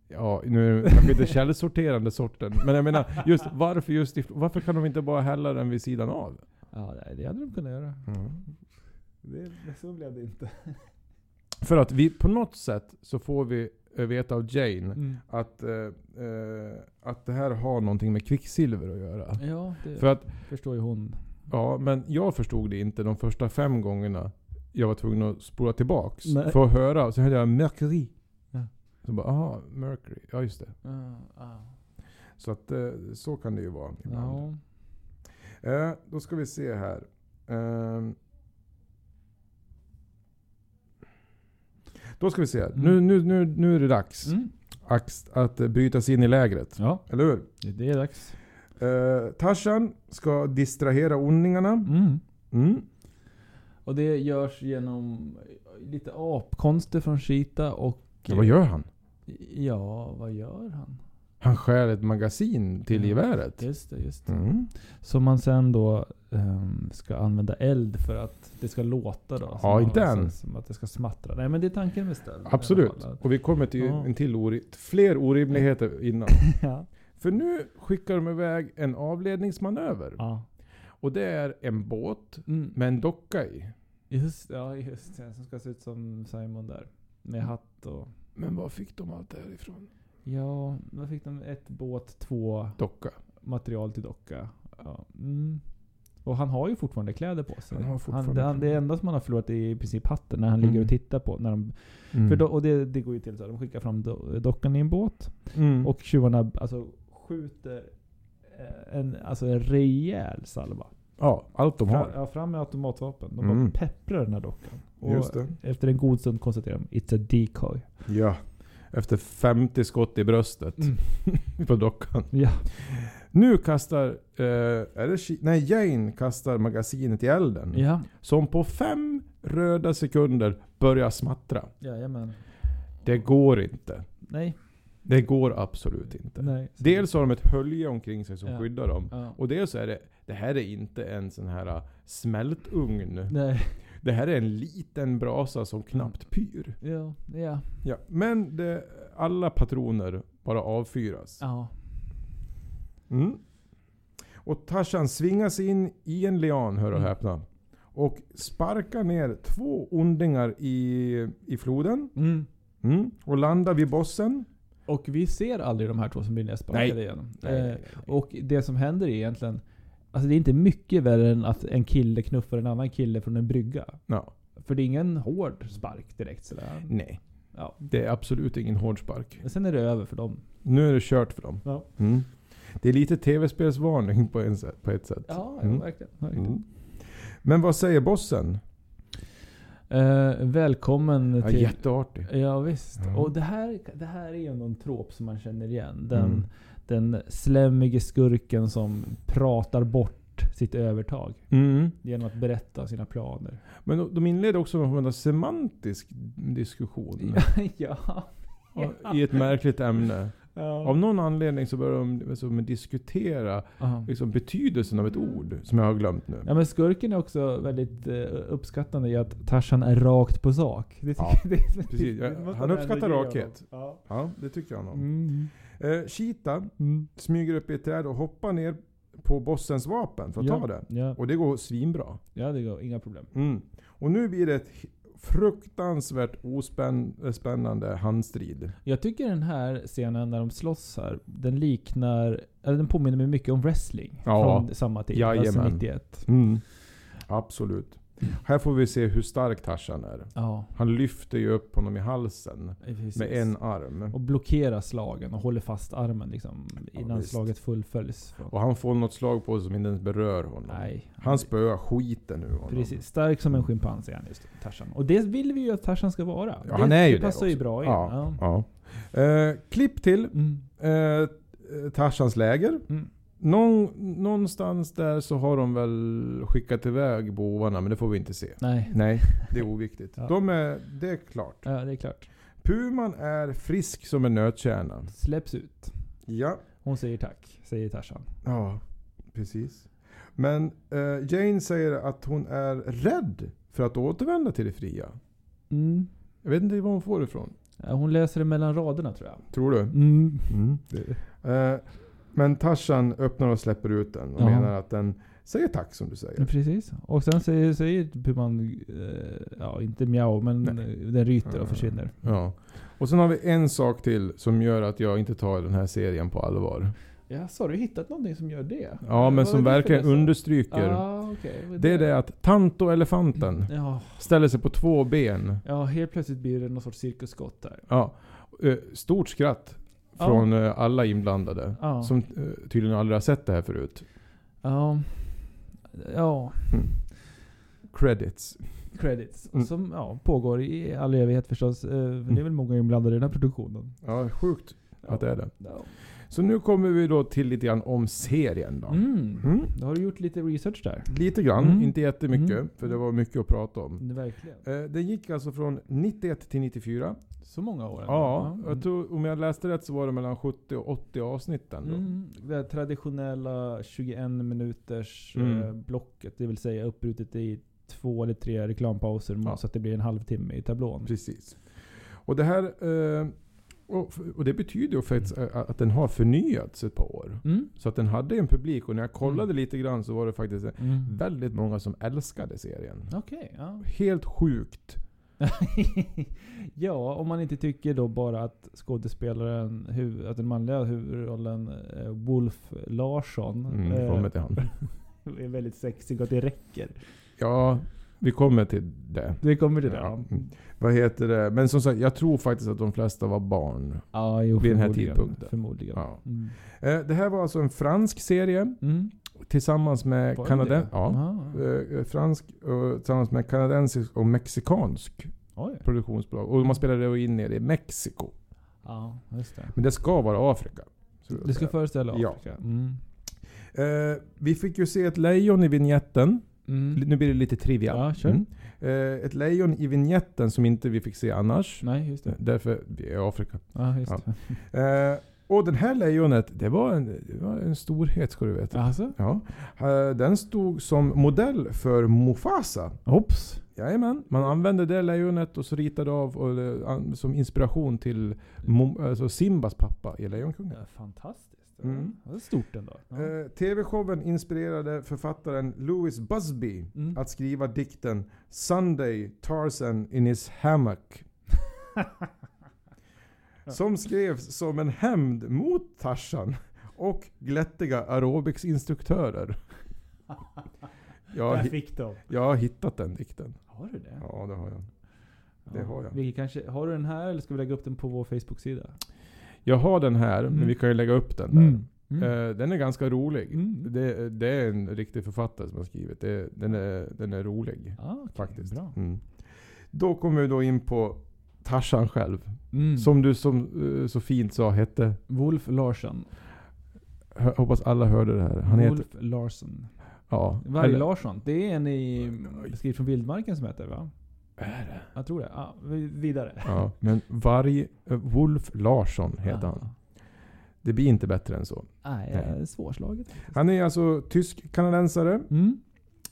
Speaker 2: Ja, nu är det kanske inte källsorterande sorten. Men jag menar, just, varför just i fl- Varför kan de inte bara hälla den vid sidan av?
Speaker 1: Ja, nej, det hade de kunnat göra.
Speaker 2: Mm.
Speaker 1: Det, så blev det inte.
Speaker 2: För att vi på något sätt så får vi eh, veta av Jane
Speaker 1: Mm.
Speaker 2: att, eh, eh, att det här har någonting med kvicksilver att göra.
Speaker 1: Ja, det
Speaker 2: För att,
Speaker 1: förstår ju hon.
Speaker 2: ja men jag förstod det inte de första fem gångerna jag var tvungen att spola tillbaks
Speaker 1: Nej.
Speaker 2: för att höra. Så hörde jag Mercury.
Speaker 1: Ja.
Speaker 2: Så bara, aha, Mercury. Ja just det.
Speaker 1: ja.
Speaker 2: Så att eh, så kan det ju vara ibland. Eh, då ska vi se här. Ehm. Då ska vi se. här.
Speaker 1: Mm.
Speaker 2: Nu, nu, nu, nu är det dags
Speaker 1: Mm.
Speaker 2: Axt att eh, bryta sig in i lägret.
Speaker 1: ja,
Speaker 2: Eller hur?
Speaker 1: det- det är dags.
Speaker 2: Eh, Tarzan ska distrahera ondingarna.
Speaker 1: Mm.
Speaker 2: Mm.
Speaker 1: Och det görs genom lite apkonster från Shita och...
Speaker 2: Ja, vad gör han?
Speaker 1: Ja, vad gör han?
Speaker 2: Han stjäl ett magasin till
Speaker 1: Ja.
Speaker 2: geväret.
Speaker 1: Just Mm. det, just det.
Speaker 2: Mm.
Speaker 1: Som man sen då ehm, ska använda eld för att det ska låta då.
Speaker 2: Ja,
Speaker 1: Som-
Speaker 2: inte än.
Speaker 1: som- Som att det ska smattra. Nej, men det är tanken med stöld. i alla
Speaker 2: Absolut.
Speaker 1: fall.
Speaker 2: Och vi kommer till
Speaker 1: Ja.
Speaker 2: en till ori- fler orimligheter innan.
Speaker 1: ja.
Speaker 2: För nu skickar de iväg en avledningsmanöver.
Speaker 1: ja.
Speaker 2: Och det är en båt
Speaker 1: Mm.
Speaker 2: med en docka i.
Speaker 1: Just, ja, just det. Som ska se ut som Simon där. Med hatt och...
Speaker 2: Men var fick de allt det här ifrån?
Speaker 1: Ja, då fick de ett båt, två
Speaker 2: Docka.
Speaker 1: material till docka. Ja. Mm. Och han har ju fortfarande kläder på sig.
Speaker 2: Han har fortfarande
Speaker 1: det, han, det
Speaker 2: kläder.
Speaker 1: enda som han har förlorat är i princip hatten när han ligger
Speaker 2: Mm.
Speaker 1: och tittar på. När de, Mm. för då, och det, det går ju till så här, de skickar fram do, dockan i en båt.
Speaker 2: Mm.
Speaker 1: Och tjuvarna alltså, skjuter eh, en, alltså en rejäl salva.
Speaker 2: ja, allt de
Speaker 1: Fram,
Speaker 2: har.
Speaker 1: ja, fram med automatvapen. De
Speaker 2: Mm.
Speaker 1: bara pepprar den här dockan. Och
Speaker 2: Just det.
Speaker 1: efter en god stund konstaterar de It's a decoy.
Speaker 2: Ja. Efter 50 skott i bröstet
Speaker 1: Mm.
Speaker 2: på dockan.
Speaker 1: Ja.
Speaker 2: Nu kastar... Eh, är det Chi- Nej, Jane kastar magasinet i elden.
Speaker 1: Ja.
Speaker 2: Som på fem röda sekunder börjar smattra.
Speaker 1: Jajamän.
Speaker 2: Det går inte.
Speaker 1: Nej.
Speaker 2: Det går absolut inte.
Speaker 1: Nej.
Speaker 2: Dels har de ett hölje omkring sig som
Speaker 1: Ja.
Speaker 2: skyddar dem.
Speaker 1: Ja.
Speaker 2: Och dels är det... Det här är inte en sån här ah, smältugn.
Speaker 1: Nej.
Speaker 2: Det här är en liten brasa som knappt pyr.
Speaker 1: Ja. Mm. Ja.
Speaker 2: Ja, men det, alla patroner bara avfyras.
Speaker 1: Ja.
Speaker 2: Mm. Och Tarzan svingas in i en lian, hör och
Speaker 1: Mm.
Speaker 2: häpna. Och sparkar ner två ondingar i, i floden.
Speaker 1: Mm.
Speaker 2: Mm. Och landar vid bossen.
Speaker 1: Och vi ser aldrig de här två som blir nedsparkade
Speaker 2: Nej.
Speaker 1: igen. Eh, och det som händer är egentligen... Alltså det är inte mycket värre än att en kille knuffar en annan kille från en brygga.
Speaker 2: Ja.
Speaker 1: För det är ingen hård spark direkt sådär.
Speaker 2: Nej,
Speaker 1: Ja.
Speaker 2: det är absolut ingen hård spark.
Speaker 1: Men sen är det över för dem.
Speaker 2: Nu är det kört för dem.
Speaker 1: Ja.
Speaker 2: Mm. Det är lite tv-spelsvarning på, en, sätt- på ett sätt.
Speaker 1: Ja,
Speaker 2: Mm.
Speaker 1: ja verkligen. verkligen.
Speaker 2: Mm. Men vad säger bossen?
Speaker 1: Eh, välkommen
Speaker 2: Ja,
Speaker 1: till...
Speaker 2: jätteartig.
Speaker 1: Ja, visst.
Speaker 2: Ja.
Speaker 1: Och det här, det här är ju någon trop som man känner igen. Den,
Speaker 2: Mm.
Speaker 1: den slämmige skurken som pratar bort sitt övertag.
Speaker 2: Mm.
Speaker 1: Genom att berätta sina planer.
Speaker 2: Men de- de inleder också med en form av semantisk diskussion.
Speaker 1: ja.
Speaker 2: Och- I ett märkligt ämne. Av
Speaker 1: ja.
Speaker 2: någon anledning så börjar de liksom diskutera
Speaker 1: Ja.
Speaker 2: liksom betydelsen av ett ord som jag har glömt nu.
Speaker 1: Ja men skurken är också väldigt eh, uppskattande i att Tarzan är rakt på sak. Det tycker
Speaker 2: Ja,
Speaker 1: jag- det,
Speaker 2: precis. Ja,
Speaker 1: måste
Speaker 2: han
Speaker 1: man
Speaker 2: uppskattar
Speaker 1: ändå ge
Speaker 2: rakhet.
Speaker 1: honom. Ja.
Speaker 2: Ja, det tycker jag om.
Speaker 1: Mm.
Speaker 2: Eh, Cheetah
Speaker 1: Mm.
Speaker 2: smyger upp i ett träd och hoppar ner på bossens vapen för att
Speaker 1: Ja.
Speaker 2: ta det.
Speaker 1: Ja.
Speaker 2: Och det går svinbra.
Speaker 1: ja, det går inga problem.
Speaker 2: Mm. Och nu blir det ett fruktansvärt ospännande handstrid.
Speaker 1: Jag tycker den här scenen när de slåss här, den liknar, eller den påminner mig mycket om wrestling.
Speaker 2: Ja.
Speaker 1: Från samma tid, alltså
Speaker 2: Jajamän.
Speaker 1: 91.
Speaker 2: Mm. Absolut. Här får vi se hur stark Tarzan är.
Speaker 1: Ja,
Speaker 2: Han lyfter ju upp honom i halsen
Speaker 1: precis.
Speaker 2: med en arm.
Speaker 1: Och blockerar slagen och håller fast armen liksom, innan
Speaker 2: visst.
Speaker 1: slaget fullföljs. Från.
Speaker 2: Och han får något slag på sig som inte ens berör honom.
Speaker 1: Nej.
Speaker 2: Han spöar skiten ur honom.
Speaker 1: Precis, stark som en schimpans är han just, Tarzan. Och det vill vi ju att Tarzan ska vara.
Speaker 2: Ja, han är ju det
Speaker 1: passar ju
Speaker 2: också.
Speaker 1: bra in.
Speaker 2: Ja. ja. Eh, klipp till
Speaker 1: Mm.
Speaker 2: eh, Tarzans läger.
Speaker 1: Mm.
Speaker 2: Någon, någonstans där så har de väl skickat iväg bovarna, men det får vi inte se.
Speaker 1: Nej.
Speaker 2: Nej, det är oviktigt.
Speaker 1: Ja.
Speaker 2: De är, det är klart.
Speaker 1: Ja, det är klart.
Speaker 2: Puman är frisk som en nötkärna.
Speaker 1: Släpps ut.
Speaker 2: Ja.
Speaker 1: Hon säger tack, säger Tarzan.
Speaker 2: Ja, precis. Men eh, Jane säger att hon är rädd för att återvända till det fria.
Speaker 1: Mm.
Speaker 2: Jag vet inte var hon får det ifrån.
Speaker 1: Ja, Hon läser det mellan raderna tror jag.
Speaker 2: Tror du?
Speaker 1: Mm.
Speaker 2: Eh, men Tarzan öppnar och släpper ut den och
Speaker 1: Ja.
Speaker 2: menar att den säger tack som du säger.
Speaker 1: Precis. Och sen säger, säger Puman, eh, ja inte mjau, men
Speaker 2: Nej.
Speaker 1: eh, den ryter
Speaker 2: Mm.
Speaker 1: och försvinner.
Speaker 2: Ja. Och sen har vi en sak till som gör att jag inte tar den här serien på allvar.
Speaker 1: Ja, så har du hittat någonting som gör det?
Speaker 2: Ja, men som verkligen understryker.
Speaker 1: Ah, okay.
Speaker 2: Det är det att Tanto-elefanten
Speaker 1: Ja,
Speaker 2: ställer sig på två ben.
Speaker 1: ja, helt plötsligt blir det någon sorts cirkusskott där.
Speaker 2: Ja. Eh, Stort skratt
Speaker 1: Ja.
Speaker 2: från eh, alla inblandade.
Speaker 1: Ja.
Speaker 2: Som eh, tydligen aldrig har sett det här förut.
Speaker 1: Ja. Ja,
Speaker 2: Credits.
Speaker 1: credits.
Speaker 2: Mm.
Speaker 1: Som ja, pågår i all evighet förstås. Eh, för Det är väl många inblandade i den här produktionen.
Speaker 2: Ja, sjukt
Speaker 1: Ja.
Speaker 2: att det är det.
Speaker 1: Ja.
Speaker 2: Så nu kommer vi då till lite grann om serien då.
Speaker 1: Mm.
Speaker 2: Mm.
Speaker 1: Då har du gjort lite research där.
Speaker 2: Lite grann,
Speaker 1: Mm.
Speaker 2: inte jättemycket.
Speaker 1: Mm.
Speaker 2: För det var mycket att prata om.
Speaker 1: Verkligen.
Speaker 2: Eh, Den gick alltså från 91 till 94.
Speaker 1: Så många år? ändå.
Speaker 2: Ja, jag
Speaker 1: Mm.
Speaker 2: tror, om jag läste rätt så var det mellan 70 och 80 avsnitt ändå.
Speaker 1: Mm, det här traditionella 21 minuters
Speaker 2: Mm.
Speaker 1: eh, blocket, det vill säga uppbrutet i två eller tre reklampauser
Speaker 2: Ja.
Speaker 1: så att det blir en halvtimme i tablån.
Speaker 2: Precis. Och det här... eh, Och, och det betyder ju faktiskt eh, att den har förnyats ett par år.
Speaker 1: Mm.
Speaker 2: Så att den hade en publik och när jag kollade
Speaker 1: Mm.
Speaker 2: lite grann så var det faktiskt eh,
Speaker 1: Mm.
Speaker 2: väldigt många som älskade serien.
Speaker 1: Okej, ja.
Speaker 2: Helt sjukt.
Speaker 1: ja, om man inte tycker då bara att skådespelaren, huv, att den manliga huvudrollen eh, Wolf Larsson eh,
Speaker 2: Mm, vi kommer till han.
Speaker 1: är väldigt sexig och att det räcker.
Speaker 2: Ja, vi kommer till det.
Speaker 1: Det kommer till det.
Speaker 2: Ja. Mm.
Speaker 1: Ja,
Speaker 2: Vad heter det? Men som sagt, jag tror faktiskt att de flesta var barn.
Speaker 1: ja jo,
Speaker 2: Vid den här
Speaker 1: förmodligen,
Speaker 2: tidpunkten.
Speaker 1: Förmodligen.
Speaker 2: Ja.
Speaker 1: Mm.
Speaker 2: Eh, Det här var alltså en fransk serie
Speaker 1: Mm.
Speaker 2: tillsammans med
Speaker 1: Var det
Speaker 2: kanadens...
Speaker 1: det?
Speaker 2: Ja.
Speaker 1: Aha.
Speaker 2: Eh, eh, Fransk eh, tillsammans med kanadensisk och mexikansk
Speaker 1: Oj.
Speaker 2: produktionsbolag. Och man spelade då in nere i Mexiko.
Speaker 1: Ja, just det.
Speaker 2: Men det ska vara Afrika. så vill jag
Speaker 1: Det ska
Speaker 2: säga.
Speaker 1: föreställa
Speaker 2: Ja.
Speaker 1: Afrika? Mm.
Speaker 2: Eh, vi fick ju se ett lejon i vignetten. L- Nu blir det lite trivia.
Speaker 1: Mm. Ja, kör.
Speaker 2: Eh, ett lejon i vignetten som inte vi fick se annars.
Speaker 1: Nej, just det.
Speaker 2: Därför, vi är i Afrika.
Speaker 1: Ja, just
Speaker 2: Ja.
Speaker 1: det.
Speaker 2: Eh, och den här lejonet, det var en, det var en storhet ska du veta.
Speaker 1: Alltså?
Speaker 2: Ja. Eh, Den stod som modell för Mufasa.
Speaker 1: Hopps.
Speaker 2: Jajamän. Man använde det lejonet och så ritade av och, eh, an- som inspiration till Mo- alltså Simbas pappa i Lejonkungen.
Speaker 1: Ja, fantastiskt.
Speaker 2: Mm.
Speaker 1: Ja, Det är stort ändå. Ja.
Speaker 2: Eh, TV-showen inspirerade författaren Louis Busby
Speaker 1: Mm.
Speaker 2: att skriva dikten Sunday Tarzan in his hammock. som skrevs som en hämnd mot Tarzan och glättiga aerobicsinstruktörer. Jag, har
Speaker 1: Där
Speaker 2: hi-
Speaker 1: fick de.
Speaker 2: jag har hittat den dikten.
Speaker 1: Har du det?
Speaker 2: Ja, det har jag. det
Speaker 1: Ja.
Speaker 2: har jag.
Speaker 1: Vi kanske, har du den här eller ska vi lägga upp den på vår Facebook-sida?
Speaker 2: Jag har den här, men
Speaker 1: Mm.
Speaker 2: vi kan ju lägga upp den där.
Speaker 1: Mm.
Speaker 2: Eh, den är ganska rolig.
Speaker 1: Mm.
Speaker 2: Det, det är en riktig författare som har skrivit. Det, den, är, den är rolig.
Speaker 1: Ah, okej,
Speaker 2: faktiskt.
Speaker 1: Bra.
Speaker 2: Mm. Då kommer vi då in på Tarzan själv.
Speaker 1: Mm.
Speaker 2: Som du som, eh, så fint sa hette...
Speaker 1: Wolf Larsson.
Speaker 2: hö- Hoppas alla hörde det här. Han heter...
Speaker 1: Wolf Larsson.
Speaker 2: Ja.
Speaker 1: Varg
Speaker 2: eller-
Speaker 1: Larsson. Det är en i Skrift från vildmarken som heter va?
Speaker 2: Är det?
Speaker 1: Jag tror det. Ja, vi- vidare.
Speaker 2: Ja, men Varg... eh, Wolf Larsson heter han. Det blir inte bättre än så.
Speaker 1: Ah. Nej,
Speaker 2: Nej.
Speaker 1: jag är svårslaget. faktiskt.
Speaker 2: Han är alltså tysk-kanadensare.
Speaker 1: Mm.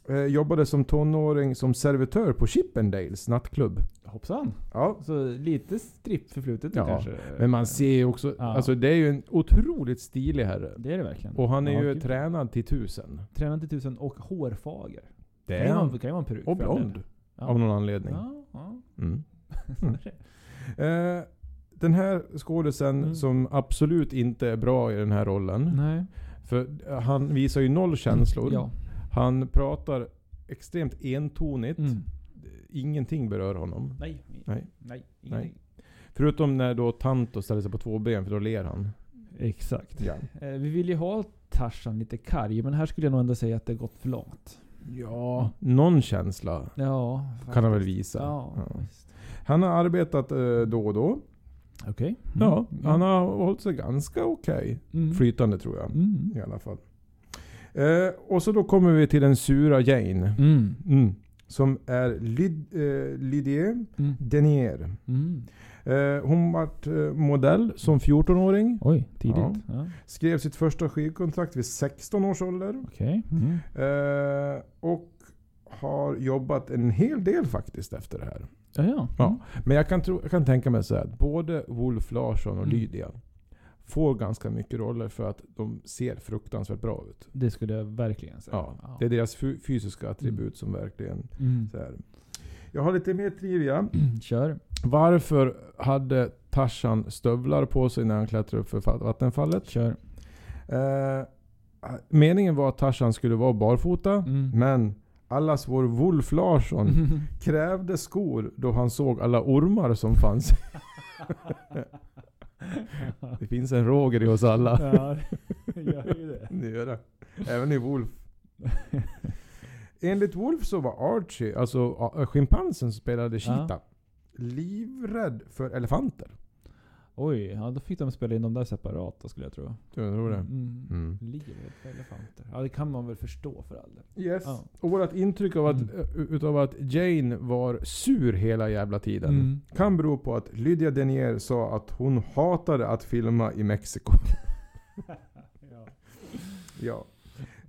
Speaker 2: Eh, jobbade som tonåring som servitör på Chippendales nattklubb.
Speaker 1: Hoppsan.
Speaker 2: Ja.
Speaker 1: Så lite strippförflutet
Speaker 2: Ja,
Speaker 1: ja, kanske.
Speaker 2: Men man ser ju också...
Speaker 1: Ja.
Speaker 2: Alltså det är ju en otroligt stilig herre.
Speaker 1: Det är det verkligen.
Speaker 2: Och han är
Speaker 1: Ja,
Speaker 2: ju
Speaker 1: gud.
Speaker 2: tränad till tusen.
Speaker 1: Tränad till tusen och hårfager.
Speaker 2: Det
Speaker 1: kan ju vara, kan ju vara en peruk.
Speaker 2: Och
Speaker 1: för all del.
Speaker 2: blond.
Speaker 1: Ja.
Speaker 2: Av någon anledning.
Speaker 1: Ja, ja.
Speaker 2: Mm.
Speaker 1: Så är det.
Speaker 2: Eh, den här skådisen
Speaker 1: Mm.
Speaker 2: som absolut inte är bra i den här rollen.
Speaker 1: Nej.
Speaker 2: För eh, han visar ju noll känslor.
Speaker 1: Ja.
Speaker 2: Han pratar extremt entonigt.
Speaker 1: Mm.
Speaker 2: Ingenting berör honom.
Speaker 1: Nej.
Speaker 2: Nej.
Speaker 1: Nej. ingenting.
Speaker 2: Förutom när då Tanto ställer sig på två ben, för då ler han.
Speaker 1: Exakt.
Speaker 2: Ja,
Speaker 1: Eh, vi vill ju ha Tarzan lite karg, men här skulle jag nog ändå säga att det gått för långt.
Speaker 2: Någon känsla
Speaker 1: Ja.
Speaker 2: kan han
Speaker 1: faktiskt.
Speaker 2: väl visa.
Speaker 1: Ja.
Speaker 2: Ja.
Speaker 1: visst.
Speaker 2: Han har arbetat eh, då och då.
Speaker 1: Okej.
Speaker 2: Ja,
Speaker 1: Mm.
Speaker 2: han har hållit sig ganska okej.
Speaker 1: Mm.
Speaker 2: Flytande tror jag.
Speaker 1: Mm.
Speaker 2: I alla fall. Eh, och så då kommer vi till den sura Jane.
Speaker 1: Mm.
Speaker 2: Mm. Som är Lyd, eh, Lydier
Speaker 1: Mm.
Speaker 2: Denier.
Speaker 1: Mm.
Speaker 2: Eh, hon vart eh, modell som 14-åring.
Speaker 1: Oj, tidigt.
Speaker 2: Ja.
Speaker 1: Ja.
Speaker 2: Skrev sitt första skivkontrakt vid 16 års ålder.
Speaker 1: Okej. Mm.
Speaker 2: Eh, och har jobbat en hel del faktiskt efter det här.
Speaker 1: Ja, ja. Mm.
Speaker 2: Ja. Men jag kan, tro, jag kan tänka mig så här att både Wolf Larsson och
Speaker 1: Mm.
Speaker 2: Lydia får ganska mycket roller för att de ser fruktansvärt bra ut.
Speaker 1: Det skulle jag verkligen säga.
Speaker 2: Ja, Det är deras fy- fysiska attribut
Speaker 1: Mm.
Speaker 2: som verkligen...
Speaker 1: Mm.
Speaker 2: Så här. Jag har lite mer trivia.
Speaker 1: Kör.
Speaker 2: Varför hade Tarzan stövlar på sig när han klättrade upp för fa- vattenfallet?
Speaker 1: Kör.
Speaker 2: Eh, meningen var att Tarzan skulle vara barfota,
Speaker 1: Mm.
Speaker 2: men allas vår Wolf Larsson krävde skor då han såg alla ormar som fanns. Det finns en Roger i oss alla.
Speaker 1: ja, det gör ju det.
Speaker 2: Det gör det. Även i Wolf. Enligt Wolf så var Archie, alltså a- schimpansen som spelade
Speaker 1: Ja.
Speaker 2: Cheetah, livrädd för elefanter.
Speaker 1: Oj, ja, då fick de spela in de där separata skulle jag tro.
Speaker 2: Jag tror det.
Speaker 1: Mm.
Speaker 2: Mm.
Speaker 1: Livet för elefanter. Ja, det kan man väl förstå för all del.
Speaker 2: Yes.
Speaker 1: Ja. Mm.
Speaker 2: Och vårt intryck av att, utav att Jane var sur hela jävla tiden
Speaker 1: Mm.
Speaker 2: kan bero på att Lydia Denier sa att hon hatade att filma i Mexiko.
Speaker 1: Ja.
Speaker 2: ja.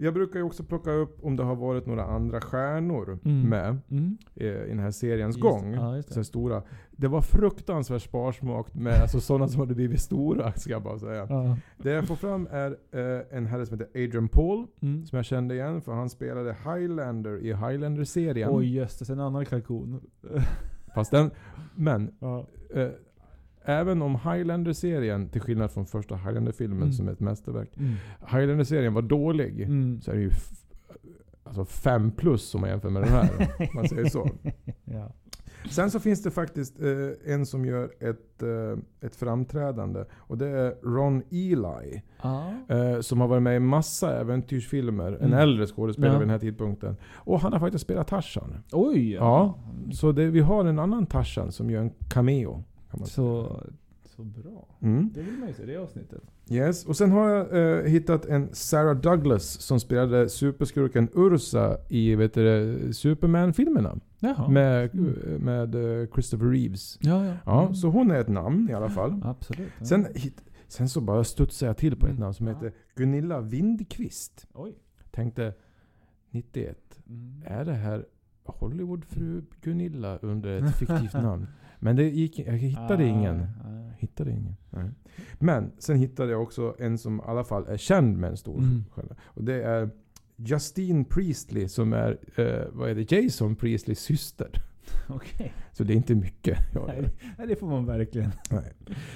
Speaker 2: Jag brukar ju också plocka upp om det har varit några andra stjärnor
Speaker 1: Mm.
Speaker 2: med
Speaker 1: Mm.
Speaker 2: eh, i den här seriens
Speaker 1: Just-
Speaker 2: gång.
Speaker 1: Ja, just
Speaker 2: Så här
Speaker 1: det.
Speaker 2: stora. Det var fruktansvärt sparsmakt med alltså, sådana som hade blivit stora, ska jag bara säga.
Speaker 1: Ja.
Speaker 2: Det jag får fram är eh, en herre som heter Adrian Paul,
Speaker 1: Mm.
Speaker 2: som jag kände igen för han spelade Highlander i Highlander-serien.
Speaker 1: Oj, jösses. En annan kalkon.
Speaker 2: Fast den, men,
Speaker 1: Ja.
Speaker 2: eh, även om Highlander-serien, till skillnad från första Highlander-filmen
Speaker 1: Mm.
Speaker 2: som är ett mästerverk,
Speaker 1: Mm.
Speaker 2: Highlander-serien var dålig,
Speaker 1: Mm.
Speaker 2: så är det ju f- alltså fem plus om man jämför med den här. om man säger så.
Speaker 1: Ja.
Speaker 2: Sen så finns det faktiskt eh, en som gör ett, eh, ett framträdande. Och det är Ron Eli.
Speaker 1: Ja.
Speaker 2: Eh, som har varit med i massa äventyrsfilmer. En
Speaker 1: Mm.
Speaker 2: äldre skådespelare
Speaker 1: Ja.
Speaker 2: vid den här tidpunkten. Och han har faktiskt spelat Tarzan.
Speaker 1: Oj!
Speaker 2: Ja. Så det, vi har en annan Tarzan som gör en cameo. Kan man
Speaker 1: Så, så bra.
Speaker 2: Mm.
Speaker 1: Det vill man ju se, det avsnittet.
Speaker 2: Yes. Och sen har jag eh, hittat en Sarah Douglas som spelade superskurken Ursa i vet du, det, Superman-filmerna.
Speaker 1: Jaha. Mm.
Speaker 2: Med, med eh, Christopher Reeves.
Speaker 1: ja, ja.
Speaker 2: Ja,
Speaker 1: Mm.
Speaker 2: så hon är ett namn i alla fall.
Speaker 1: Absolut. Ja.
Speaker 2: Sen, hit, sen så bara studsade jag till på ett
Speaker 1: Mm.
Speaker 2: namn som
Speaker 1: Ja.
Speaker 2: heter Gunilla Windqvist.
Speaker 1: Oj.
Speaker 2: Tänkte 91,
Speaker 1: Mm.
Speaker 2: är det här Hollywoodfru Gunilla under ett fiktivt namn? Men det gick, jag hittade ingen.
Speaker 1: Ah,
Speaker 2: Hittade ingen. Nej. Men sen hittade jag också en som i alla fall är känd med en stor
Speaker 1: Mm.
Speaker 2: stjärna. Och det är Justine Priestley som är, eh, vad är det, Jason Priestleys syster.
Speaker 1: Okej.
Speaker 2: Så det är inte mycket. jag gör.
Speaker 1: Nej, nej, det får man verkligen.
Speaker 2: Nej.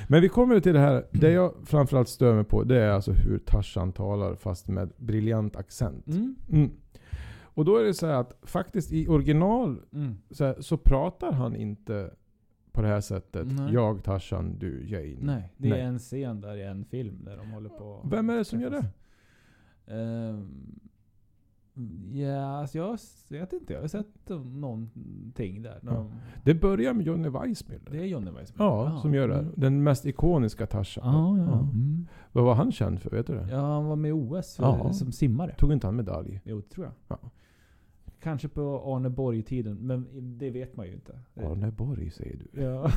Speaker 2: Men vi kommer till det här, det jag framförallt stör mig på det är alltså hur Tarzan talar fast med briljant accent.
Speaker 1: Mm.
Speaker 2: Mm. Och då är det så här att faktiskt i original
Speaker 1: Mm.
Speaker 2: så, här, så pratar han inte på det här sättet.
Speaker 1: Nej.
Speaker 2: Jag Tarzan, du Jane.
Speaker 1: Nej, det är
Speaker 2: Nej.
Speaker 1: en scen där i en film där de håller på...
Speaker 2: Vem är det som gör det?
Speaker 1: Ehm, ja, alltså jag s- vet inte. Jag har sett någonting där. När
Speaker 2: Ja.
Speaker 1: de,
Speaker 2: Det börjar med Johnny Weissmuller.
Speaker 1: det är Johnny Weissmuller.
Speaker 2: Ja, som gör det.
Speaker 1: Mm.
Speaker 2: Den mest ikoniska Tarzan.
Speaker 1: Ja, ja. Mm.
Speaker 2: Vad var han känd för? Vet du det?
Speaker 1: ja, han var med i OS för,
Speaker 2: Ja.
Speaker 1: som simmare.
Speaker 2: Tog inte han medalj?
Speaker 1: Jo, det tror jag.
Speaker 2: Ja.
Speaker 1: Kanske på Arne Borg-tiden, men i- det vet man ju inte.
Speaker 2: Arne Borg säger du.
Speaker 1: Ja.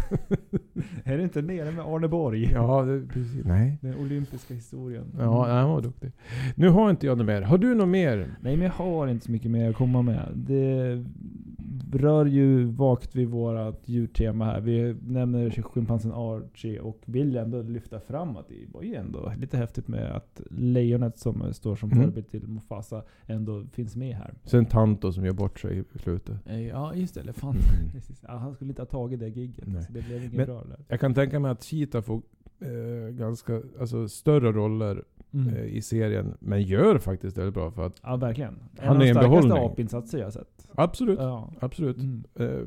Speaker 1: är det inte nere med Arne Borg?
Speaker 2: Ja, det, precis. Nej.
Speaker 1: Den olympiska historien.
Speaker 2: Ja, nej, han var duktig. Nu har inte jag något mer. Har du något mer?
Speaker 1: Nej men jag har inte så mycket mer att komma med. Det rör ju vagt vid vårat djurtema här. Vi nämner schimpansen Archie och vill ändå lyfta fram att det var ju ändå lite häftigt med att lejonet som står som
Speaker 2: Mm.
Speaker 1: förebild till Mufasa ändå finns med här.
Speaker 2: Sen Tanto som gör bort sig i slutet.
Speaker 1: Eh, Ja just det, elefanten.
Speaker 2: Mm.
Speaker 1: Precis. Ja, han skulle inte ha tagit det
Speaker 2: Nej.
Speaker 1: gigget. Så det blev inget
Speaker 2: Men-
Speaker 1: bra där.
Speaker 2: Jag kan tänka mig att Cheetah får eh, ganska, alltså, större roller
Speaker 1: Mm.
Speaker 2: eh, i serien. Men gör faktiskt väldigt bra för att...
Speaker 1: Ja verkligen.
Speaker 2: Han är en
Speaker 1: av de starkaste
Speaker 2: behållning.
Speaker 1: apinsatser jag har sett.
Speaker 2: Absolut.
Speaker 1: Ja.
Speaker 2: Absolut.
Speaker 1: Mm.
Speaker 2: Eh,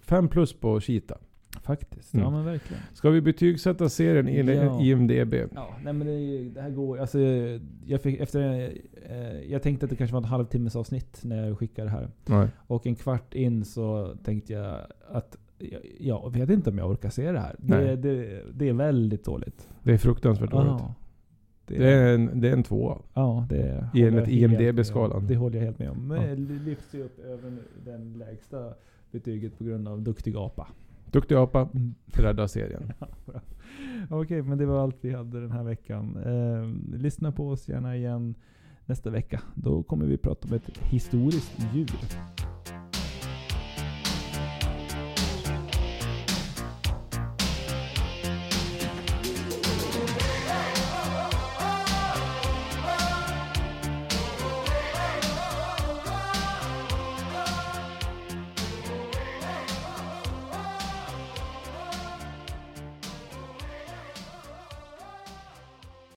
Speaker 2: fem plus på Cheetah.
Speaker 1: Faktiskt.
Speaker 2: Mm.
Speaker 1: Ja men verkligen.
Speaker 2: Ska vi betygsätta serien i
Speaker 1: Ja.
Speaker 2: IMDB?
Speaker 1: Ja, nej men det, är ju- det här går alltså, jag, fick, efter, eh, jag tänkte att det kanske var en halvtimmes avsnitt när jag skickade det här.
Speaker 2: Nej.
Speaker 1: Och en kvart in så tänkte jag att ja, jag vet inte om jag orkar se det här.
Speaker 2: Nej.
Speaker 1: Det, det, det är väldigt dåligt.
Speaker 2: Det är fruktansvärt dåligt.
Speaker 1: Ja.
Speaker 2: Det är en, det är en tvåa.
Speaker 1: ja, det är,
Speaker 2: Enligt
Speaker 1: håller jag helt med om.
Speaker 2: IMDb-skalan.
Speaker 1: Det håller jag helt med om. Men
Speaker 2: Ja.
Speaker 1: lyfts ju upp över den lägsta betyget på grund av duktig apa.
Speaker 2: Duktig apa,
Speaker 1: Mm.
Speaker 2: rädda serien.
Speaker 1: Okej, men det var allt vi hade den här veckan. Eh, lyssna på oss gärna igen nästa vecka. Då kommer vi prata om ett historiskt djur.